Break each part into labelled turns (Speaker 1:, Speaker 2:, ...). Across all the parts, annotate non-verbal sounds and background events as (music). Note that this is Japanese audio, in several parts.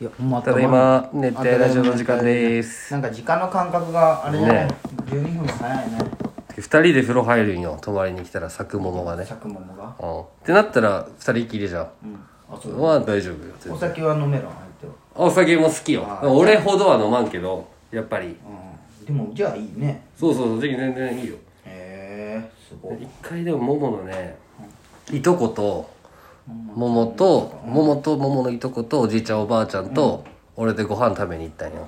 Speaker 1: いやま
Speaker 2: ただいま熱帯ラジオの時間です
Speaker 1: なんか時間の感覚があれじゃない、
Speaker 2: ね
Speaker 1: 12分も早いね
Speaker 2: 二人で風呂入るんよ泊まりに来たら咲くものがね
Speaker 1: さくももが
Speaker 2: うんってなったら二人きりじゃん
Speaker 1: うんあそう
Speaker 2: まあ大丈夫よ全
Speaker 1: お
Speaker 2: 然
Speaker 1: 酒は飲めろ相手は
Speaker 2: お酒も好きよ
Speaker 1: あー
Speaker 2: 俺ほどは飲まんけどやっぱり
Speaker 1: うんでもじゃあいいね
Speaker 2: そうそうそう全然いいよ
Speaker 1: へえすごい
Speaker 2: 一回でももものねいとことももとももともものいとことおじいちゃんおばあちゃんと俺でご飯食べに行ったんよ、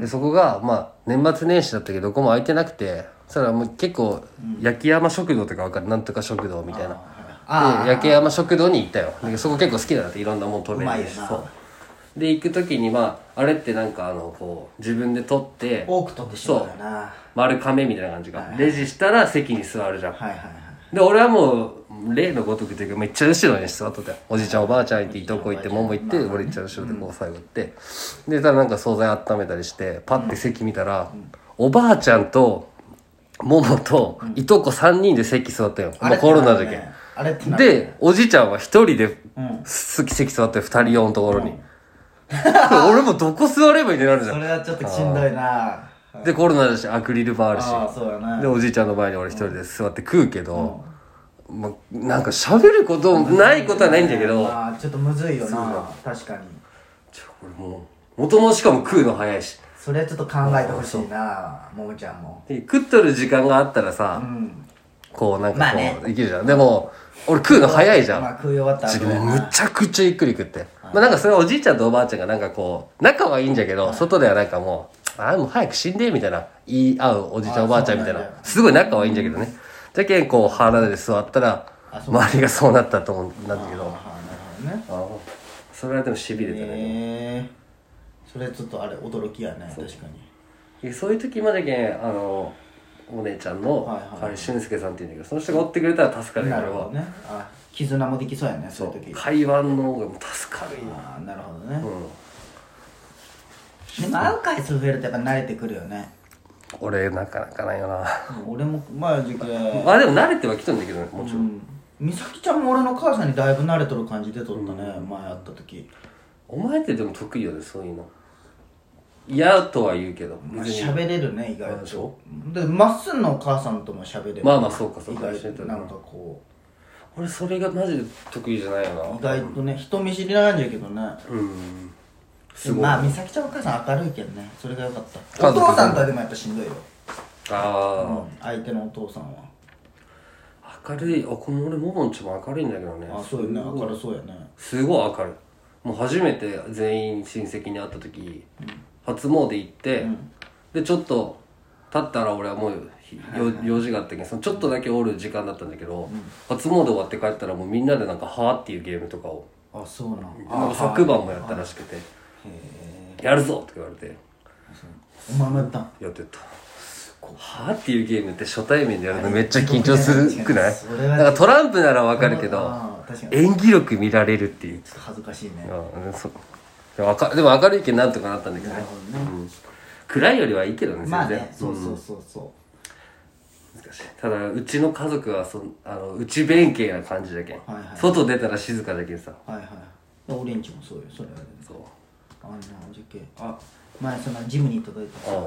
Speaker 2: でそこがまあ年末年始だったけどどこも空いてなくてそしたらもう結構焼き山食堂とか分かるなんとか食堂みたいな
Speaker 1: あ
Speaker 2: で焼き山食堂に行ったよでそこ結構好きなんだっていろんなもん食べ
Speaker 1: うまい
Speaker 2: れ
Speaker 1: よ
Speaker 2: るし
Speaker 1: な
Speaker 2: そうで行く時にまああれってなんかあのこう自分で取って
Speaker 1: 多く取ってしまうよなは
Speaker 2: 丸亀みたいな感じがレジしたら席に座るじゃん
Speaker 1: いはいはい
Speaker 2: で俺はもう例のごとくというかめっちゃ後ろに座っとったよおじいちゃんおばあちゃん行っていとこ行ってもも行って俺いっちゃん後ろでこう最後行ってでただなんか惣菜温めたりしてパッて席見たら、おばあちゃんとももといとこ3人で席座ったよ、もうコロナだけ、
Speaker 1: あれってなるね
Speaker 2: でおじいちゃんは一人で
Speaker 1: うん
Speaker 2: 席席座って二人用のところに、 (laughs) 俺もどこ座ればいいってなるじゃ
Speaker 1: それ
Speaker 2: ん
Speaker 1: はちょっとしんどいな
Speaker 2: でコロナだしアクリル板あるし
Speaker 1: ああそうやな
Speaker 2: でおじいちゃんの前に俺一人で座って食うけど、まあ、なんか喋ることないことはないんだけど、
Speaker 1: まあちょっとむずいよな確かに
Speaker 2: ちょ俺もうもともしかも食うの早いし
Speaker 1: それはちょっと考えてほしいなももちゃんも
Speaker 2: で食っとる時間があったらさ、
Speaker 1: うん
Speaker 2: こうなんかこう、
Speaker 1: まあね
Speaker 2: できるじゃんでも俺食うの早いじゃん、
Speaker 1: まあ食い終わった
Speaker 2: ち
Speaker 1: 後
Speaker 2: ょ
Speaker 1: だ
Speaker 2: も
Speaker 1: よ
Speaker 2: う
Speaker 1: な
Speaker 2: むちゃくちゃゆっくり食って、まあ、なんかそれはおじいちゃんとおばあちゃんがなんかこう仲はいいんじゃけど、外ではなんかもう「ああもう早く死んで」みたいな言い合うおじいちゃんおばあちゃんみたいな
Speaker 1: あそうなん
Speaker 2: すごい仲はいいんじゃけどねじゃけんこう腹で座ったら
Speaker 1: あそう
Speaker 2: 周りがそうなったと思うんだけど
Speaker 1: ああなる
Speaker 2: あーそれはでもしび
Speaker 1: ほ
Speaker 2: れ
Speaker 1: どね
Speaker 2: たね、
Speaker 1: へえそれちょっとあれ驚きやね確かに
Speaker 2: でそういう時までけんあのお姉ちゃんの
Speaker 1: はいはいはい
Speaker 2: 彼俊介さんっていうんだけどその人が追ってくれたら助かるよ
Speaker 1: な
Speaker 2: 俺
Speaker 1: るほど
Speaker 2: は
Speaker 1: ねあ絆もできそうやねそう
Speaker 2: そ
Speaker 1: いう時
Speaker 2: う会話の方がもう助かるよ
Speaker 1: ああなるほどね
Speaker 2: うん
Speaker 1: でも会う回数増えるとやっぱ慣れてくるよね
Speaker 2: 俺なかなかないよな
Speaker 1: 俺もまあ時間
Speaker 2: まあでも慣れてはきとんだけどねもち
Speaker 1: う
Speaker 2: ろん、
Speaker 1: ん美咲ちゃんも俺の母さんにだいぶ慣れとる感じ出とったね前会った時
Speaker 2: お前ってでも得意よねそういうの嫌とは言うけど
Speaker 1: まあ
Speaker 2: 別に
Speaker 1: 喋れるね意外
Speaker 2: あでし
Speaker 1: と
Speaker 2: ょ
Speaker 1: でまっすんのお母さんとも喋れる
Speaker 2: まあまあそうかそう
Speaker 1: 意
Speaker 2: か
Speaker 1: 外となんかこ
Speaker 2: 俺それがマジで得意じゃないよ
Speaker 1: う意
Speaker 2: な
Speaker 1: 外とね人見知りなんじゃけどね
Speaker 2: うんすごい、
Speaker 1: まあ
Speaker 2: あ
Speaker 1: 美咲ちゃんお母さん明るいけどねそれが良かっ
Speaker 2: 家
Speaker 1: たお
Speaker 2: 族
Speaker 1: 父さんとはでもやっぱしんどいよ
Speaker 2: あ
Speaker 1: 相手のお父さんは
Speaker 2: ー、明るいあこの俺ももんちも明るいんだけどね
Speaker 1: あそうよね明るそうやね
Speaker 2: すごい明るいもう初めて全員親戚に会った時、初詣行って、でちょっと立ったら俺はもうひよ用事があったけどそのちょっとだけおる時間だったんだけど、初詣終わって帰ったらもうみんなでなんか「はあ」っていうゲームとかを
Speaker 1: あそうなん
Speaker 2: なんか昨晩もやったらしくて「やるぞ!」って言われて
Speaker 1: お前もやったん
Speaker 2: やってた「はあ」っていうゲームって初対面でやるのめっちゃ緊張するくない
Speaker 1: それは
Speaker 2: なんかトランプならわかるけど
Speaker 1: あー確かにちょ
Speaker 2: 演技力見られるっていう
Speaker 1: っと恥ずかしいねなる
Speaker 2: うんそうでも明るでも明るいけどなんとかなったんだけどね
Speaker 1: ほどね
Speaker 2: 暗いよりはいいけどね全然、
Speaker 1: まあねそう
Speaker 2: うん
Speaker 1: そうそうそ
Speaker 2: 難しいただうちの家族はそんあのうち弁慶な感じだけん、
Speaker 1: はいはい
Speaker 2: 外出たら静かだけんさ
Speaker 1: うはいはいで俺んちもそうよそれはね
Speaker 2: そう
Speaker 1: あんなおじけあ前そのジムに届いたさ
Speaker 2: うん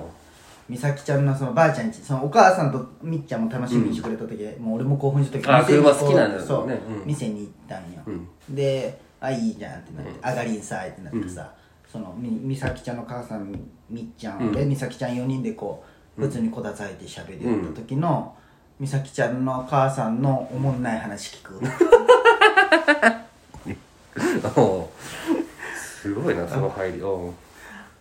Speaker 1: 美咲ちゃんのそのばあちゃんちそのお母さんとみっちゃんも楽しみにしてくれた時で、もう俺も興奮した時
Speaker 2: あ
Speaker 1: 店に
Speaker 2: 車好きなんだよね
Speaker 1: そう、
Speaker 2: うん
Speaker 1: 店に行ったんよ、で「あいいじゃん」ってなって「上がりんさい」ってなってさ、そのみ美咲ちゃんの母さんみっちゃん、で美咲ちゃん4人でこう普通にこだついて喋りよった時の、美咲ちゃんの母さんのおもんない話聞く
Speaker 2: おうすごいなその入りおう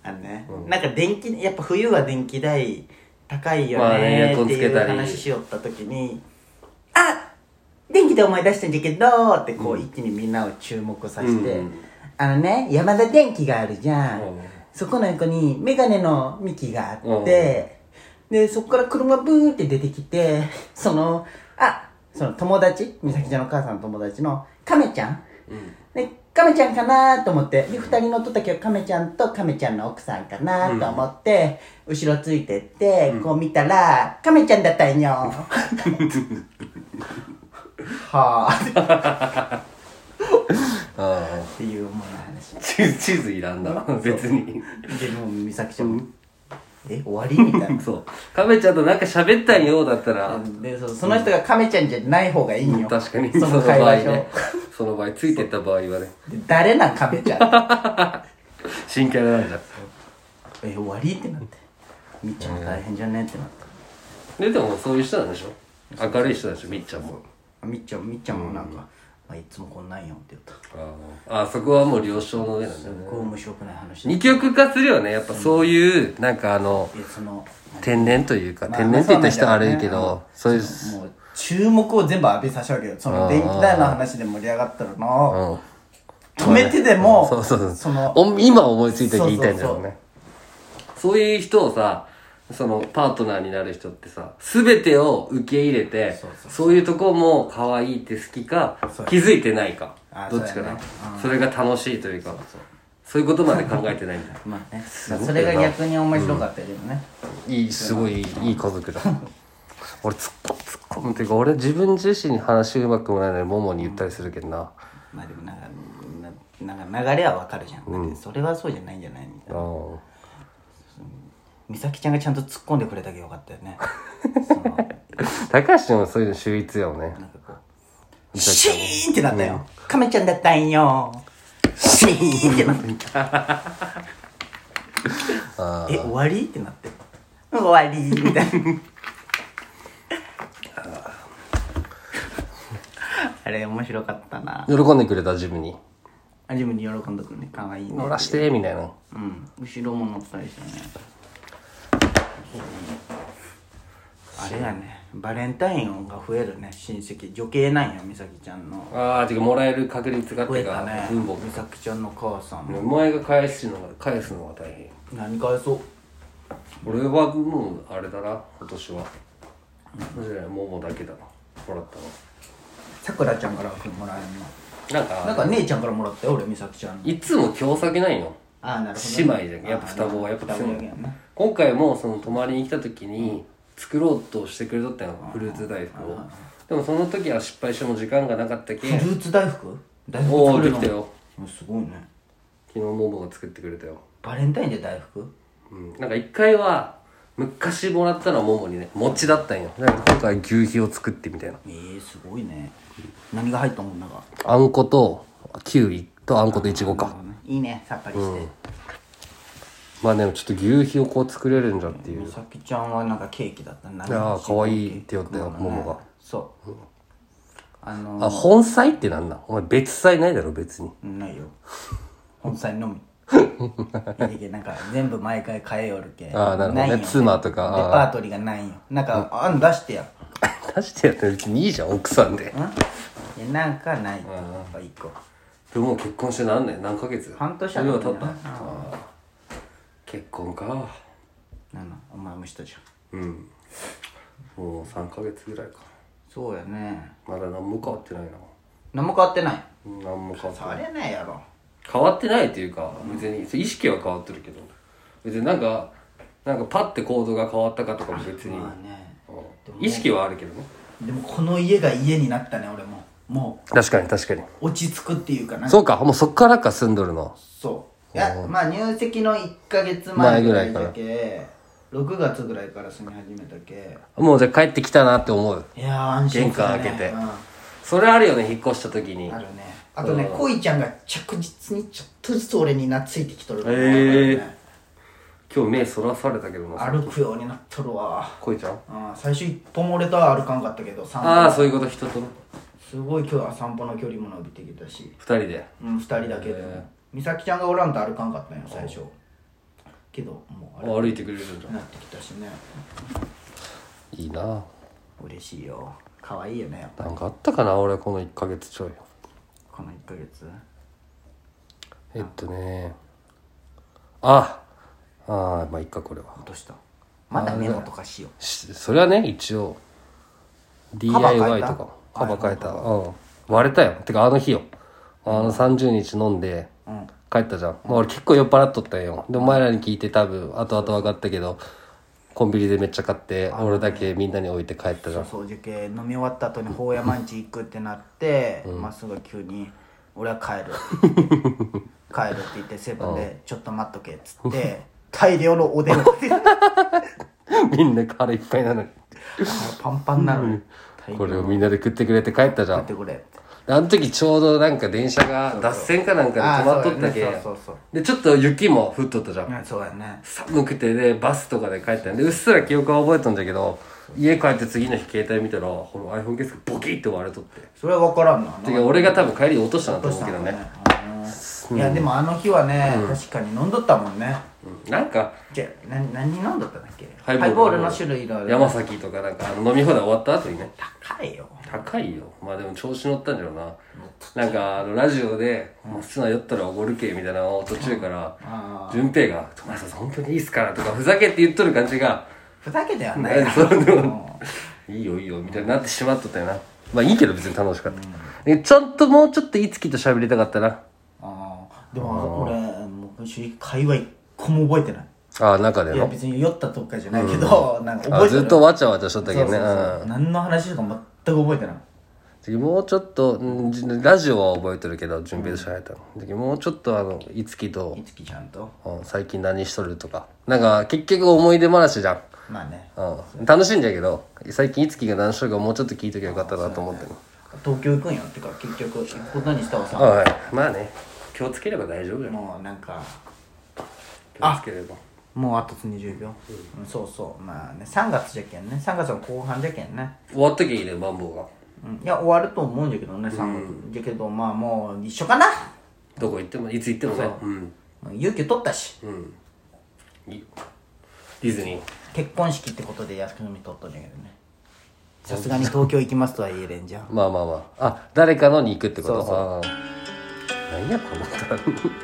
Speaker 1: あのね、なんか電気やっぱ冬は電気代高いよ
Speaker 2: まあね
Speaker 1: ね
Speaker 2: エアコ
Speaker 1: っ
Speaker 2: ン
Speaker 1: て
Speaker 2: つけたり
Speaker 1: いう話しよった時に「あ電気で思い出したんじゃけど」ってこう一気にみんなを注目させて、
Speaker 2: うん
Speaker 1: あのね山田電機があるじゃん、
Speaker 2: うん
Speaker 1: そこの横にメガネのミキがあって、でそこから車ブーって出てきて (laughs) そのあその友達美咲ちゃんの母さんの友達の亀ちゃんで、カメちゃんかなと思って、で、二人乗っとったけど、カメちゃんとカメちゃんの奥さんかなと思って、後ろついてって、こう見たら、カメちゃんだったんよ。 (laughs) はぁ、っ
Speaker 2: ああ
Speaker 1: ていう思いの話。
Speaker 2: チーズチーズいらんな別に
Speaker 1: でもう美咲ちゃんもえ終わりみたいな
Speaker 2: そう亀ちゃんとなんか喋ったんようだったら
Speaker 1: でそその人が亀ちゃんじゃない方がいいんよ
Speaker 2: 確かに
Speaker 1: そ
Speaker 2: そ
Speaker 1: の
Speaker 2: の
Speaker 1: 会
Speaker 2: 場合
Speaker 1: 話上、
Speaker 2: ねその場合ついてった場合はね
Speaker 1: で誰なん亀ちゃん (laughs)
Speaker 2: 新キャラなんじゃん
Speaker 1: え終わりってなってみっちゃんも大変じゃねってなった
Speaker 2: ででもそういう人なんでしょ明るい人なんでしょみっちゃんも
Speaker 1: あみっちゃんみっちゃんもなんか、まあ、いつもこんなんよって言った
Speaker 2: ああそこはもう了承の上なんだよね
Speaker 1: こう面白くない話
Speaker 2: 二極化するよねやっぱそういうなんかあの
Speaker 1: いやその
Speaker 2: 天然というか
Speaker 1: まあ
Speaker 2: 天然って言った人は悪いけどそういう
Speaker 1: もう注目を全部浴びさせるわけよその電気代の話で盛り上がったのを
Speaker 2: うん
Speaker 1: 止めてでも、
Speaker 2: そうそう
Speaker 1: そ
Speaker 2: そ
Speaker 1: の
Speaker 2: の今思いついた言いたいんだろうねそういう人をさそのパートナーになる人ってさ全てを受け入れて
Speaker 1: そうそう
Speaker 2: そういうとこも可愛いって好きか
Speaker 1: そう
Speaker 2: 気づいてないか
Speaker 1: あ
Speaker 2: どっちか
Speaker 1: そうや
Speaker 2: な
Speaker 1: ね
Speaker 2: それが楽しいというかそういうことまで考えてないんだ
Speaker 1: まあねそれが逆に面白かったけどね、
Speaker 2: いいすごいいいいい家族だ (laughs) 俺突っ込むっていうか俺自分自身に話うまくもないのにももに言ったりするけどな
Speaker 1: まあでもなんかななんか流れはわかるじゃん、だってそれはそうじゃないんじゃないみたいな
Speaker 2: うん
Speaker 1: 美咲ちゃんがちゃんと突っ込んでくれたけどよかったよ (laughs) ねその
Speaker 2: 高橋もそういうの秀逸やもんね
Speaker 1: なんかこうシーンってなったよ、亀ちゃんだったんよシーンってなったえ終わりってなって終わりみたいなあれ面白かったな
Speaker 2: 喜んでくれた自分に
Speaker 1: あ自分に喜んどくね可愛いね
Speaker 2: 乗らしてみたいな
Speaker 1: うん後ろも乗ったりしてねあれやねバレンタインが増えるね親戚女系なんよ美咲ちゃんの
Speaker 2: ああてかもらえる確率がっ
Speaker 1: 増え
Speaker 2: て
Speaker 1: た
Speaker 2: か
Speaker 1: ね
Speaker 2: 分母
Speaker 1: 美咲ちゃんの母さんも
Speaker 2: お前が返すのが返すのが大変
Speaker 1: 何返そう
Speaker 2: 俺はもうあれだな今年はそうじゃないももだけだなもらっ
Speaker 1: さくらちゃんからもらえるの
Speaker 2: たのなんか
Speaker 1: なんか姉ちゃんからもらったよ俺美咲ちゃんの
Speaker 2: いつも強さげないの
Speaker 1: ああなる
Speaker 2: 姉妹じゃんやっぱ双子はやっぱ
Speaker 1: 双
Speaker 2: 強
Speaker 1: 子
Speaker 2: い
Speaker 1: やけどね
Speaker 2: 今回もその泊まりに来た時に作ろうとしてくれとったよフルーツ大福をでもその時は失敗しても時間がなかったけ
Speaker 1: (laughs) フルーツ大福大福
Speaker 2: おお
Speaker 1: 作る
Speaker 2: で
Speaker 1: の
Speaker 2: きたよ
Speaker 1: うんすごいね
Speaker 2: 昨日ももが作ってくれたよ
Speaker 1: バレンタインで大福
Speaker 2: うんなんか一回は昔もらったのはももにね餅だったんよなんか今回牛皮を作ってみたいな
Speaker 1: えー、すごいね何が入ったもんなんか
Speaker 2: あんことキウイとあんこといちごか
Speaker 1: いいねさっぱりして、
Speaker 2: まあでもちょっと牛皮をこう作れるんじゃっていう
Speaker 1: 美咲ちゃんはなんかケーキだったな
Speaker 2: ああかわいいって言ったよももが
Speaker 1: そう、あの
Speaker 2: あ本菜ってなんなんお前別菜ないだろ別に
Speaker 1: ないよ本妻
Speaker 2: (laughs)
Speaker 1: のみいやいやなんか全部毎回変えよるけ
Speaker 2: ああなるほどね
Speaker 1: いよ
Speaker 2: 妻とか
Speaker 1: レパートリーがないよなんか、あん出してや
Speaker 2: 出してやってるうちにいいじゃん奥さんで
Speaker 1: んいやなんかないとやっぱ一個
Speaker 2: でももう結婚して何年何ヶ月
Speaker 1: 半年
Speaker 2: あ
Speaker 1: ある
Speaker 2: れ
Speaker 1: ん
Speaker 2: は
Speaker 1: だよな
Speaker 2: 経ったああ結婚か
Speaker 1: なんなんお前もしたじゃん
Speaker 2: うんもう3ヶ月ぐらいか
Speaker 1: そうやね
Speaker 2: まだ何も変わってないな
Speaker 1: 何も変わってない
Speaker 2: うん何も変わってない
Speaker 1: あれないやろ
Speaker 2: 変わってないっていうか別に意識は変わってるけど別になんかなんかパッて行動が変わったかとかも別に、
Speaker 1: まあね
Speaker 2: うん意識はあるけどね
Speaker 1: でもこの家が家になったね俺もも
Speaker 2: 確かに確かに
Speaker 1: う落ち着くっていうかな
Speaker 2: そうかもうそっからか住んどるの
Speaker 1: そういやまあ入籍の1か月前
Speaker 2: 前
Speaker 1: ぐ
Speaker 2: ぐ
Speaker 1: ら
Speaker 2: ら
Speaker 1: い
Speaker 2: い
Speaker 1: だ
Speaker 2: から
Speaker 1: け6月ぐらいから住み始めたけ
Speaker 2: もうじゃあ帰ってきたなって思う
Speaker 1: いやー安心
Speaker 2: 玄
Speaker 1: するね
Speaker 2: 関開けて
Speaker 1: う
Speaker 2: それあるよね引っ越した時に
Speaker 1: んあるねあとね恋ちゃんが着実にちょっとずつ俺に懐いてきとるの
Speaker 2: へー今日目そらされたけどな
Speaker 1: 歩くようになっとるわ
Speaker 2: こいちゃん
Speaker 1: うん最初一歩も俺とは歩かんかったけど散
Speaker 2: ああ
Speaker 1: 歩
Speaker 2: そういうこと人と
Speaker 1: すごい今日は散歩の距離も伸びてきたし
Speaker 2: 二人で
Speaker 1: うん2人だけでも美咲ちゃんがおらんと歩かんかったんよ最初けどもう
Speaker 2: 歩いてくれるんじ
Speaker 1: あれなってきたしね
Speaker 2: ゃんいいな
Speaker 1: 嬉しいよ可愛いよね
Speaker 2: なんかあったかな俺この1ヶ月ちょい
Speaker 1: この1ヶ月
Speaker 2: えっとねあああまあいっかこれは
Speaker 1: 落としたまだメモとかしよ
Speaker 2: しそれはね一応 DIY とかも
Speaker 1: カ
Speaker 2: カ
Speaker 1: バ
Speaker 2: バ
Speaker 1: ー変
Speaker 2: 変
Speaker 1: え
Speaker 2: えたうん割れたよてかあの日よあの30日飲んで
Speaker 1: ううん
Speaker 2: 帰ったじゃん、まあ、俺結構酔っ払っとったんよでお前らに聞いて多分後々分かったけどコンビニでめっちゃ買って俺だけみんなに置いて帰ったじゃん (laughs)
Speaker 1: そう受験飲み終わった後に法 (laughs) 山んち行くってなってまっすぐ急に「俺は帰る」帰るって言ってセブンで「ちょっと待っとけ」っつって大量のおでんを
Speaker 2: みんな腹いっぱいなのに。
Speaker 1: パンパンなのに大
Speaker 2: こ
Speaker 1: 量
Speaker 2: れをみんなで食ってくれて帰ったじゃ
Speaker 1: 買っ
Speaker 2: ん
Speaker 1: て。くれって
Speaker 2: あの時ちょうどなんか電車が脱線かなんかで止まっとったけ
Speaker 1: あーそうやねそうそう
Speaker 2: で、ちょっと雪も降っとったじゃん。
Speaker 1: うんそうやね
Speaker 2: 寒くてで、バスとかで帰ったんで、うっすら記憶は覚えとんじゃけど、家帰って次の日携帯見たら、この iPhone ケースがボキって割れとって。
Speaker 1: それは分からんな
Speaker 2: てか、俺が多分帰り落としたなと
Speaker 1: どうし
Speaker 2: 思う
Speaker 1: た
Speaker 2: けど
Speaker 1: の
Speaker 2: ね。
Speaker 1: ねうんいやでもあの日はね確かに飲んどったもんね
Speaker 2: うんなんか、
Speaker 1: じゃあな何飲んどったんだっけ
Speaker 2: ハ
Speaker 1: ハ
Speaker 2: イ
Speaker 1: イ
Speaker 2: ボ
Speaker 1: ボ
Speaker 2: ー
Speaker 1: ー
Speaker 2: ル
Speaker 1: ルの種類の
Speaker 2: 山崎とかなんか、あの飲み放題終わった後にね。
Speaker 1: 高いよ
Speaker 2: 高いよまあでも調子乗ったんだろうななんかあのラジオで「まっすぐ酔ったらおごるけ」みたいなのを途中から
Speaker 1: あ
Speaker 2: 順平が「友達さん本当にいいっすから」とかふざけって言っとる感じが
Speaker 1: ふざけては
Speaker 2: 「
Speaker 1: ない
Speaker 2: (laughs) え
Speaker 1: な
Speaker 2: そうで
Speaker 1: うん
Speaker 2: もいいよいいよ」みたいになってしまっとったよなまあいいけど別に楽しかった、えちゃんともうちょっといつきと喋りたかったな
Speaker 1: あーでも俺もう正直会話一個も覚えてない
Speaker 2: ああ中で
Speaker 1: いや
Speaker 2: の
Speaker 1: 別に酔ったとかじゃないけどなんか覚
Speaker 2: あ
Speaker 1: えて
Speaker 2: ず
Speaker 1: る
Speaker 2: っとわちゃわちゃしとったけどね
Speaker 1: そうそうそう何の話とか全く覚えてない
Speaker 2: うんもうちょっとうんじラジオは覚えてるけど順平と喋ったの、でもうちょっとあのいつきと
Speaker 1: いつきちゃんと
Speaker 2: うん最近何しとるとかなんか結局思い出話じゃん、
Speaker 1: まあね
Speaker 2: うん、楽しいんだけど最近いつきが何しとるかもうちょっと聞いときゃよかったなと思ってる
Speaker 1: 東京行くんやってか結局行くことにしたらさ
Speaker 2: はいまあね気をつければ大丈夫よ
Speaker 1: もうなんか
Speaker 2: 気をつければ
Speaker 1: もうあと20秒、うん、そうそうまあね3月じゃけんね3月の後半じゃけんね、
Speaker 2: 終わったきゃいいねマンボウが
Speaker 1: うん、いや終わると思うんじゃけどね3月、じゃけどまあもう一緒かな
Speaker 2: どこ行ってもいつ行ってもねうん
Speaker 1: 勇気取ったし、
Speaker 2: いいよディズニー
Speaker 1: 結婚式ってことで靖国取ったんだけどねさすがに東京行きますとは言えれんじゃん
Speaker 2: まあまあまああ誰かのに行くってこ
Speaker 1: そ
Speaker 2: と
Speaker 1: うそう
Speaker 2: ああなんやこの歌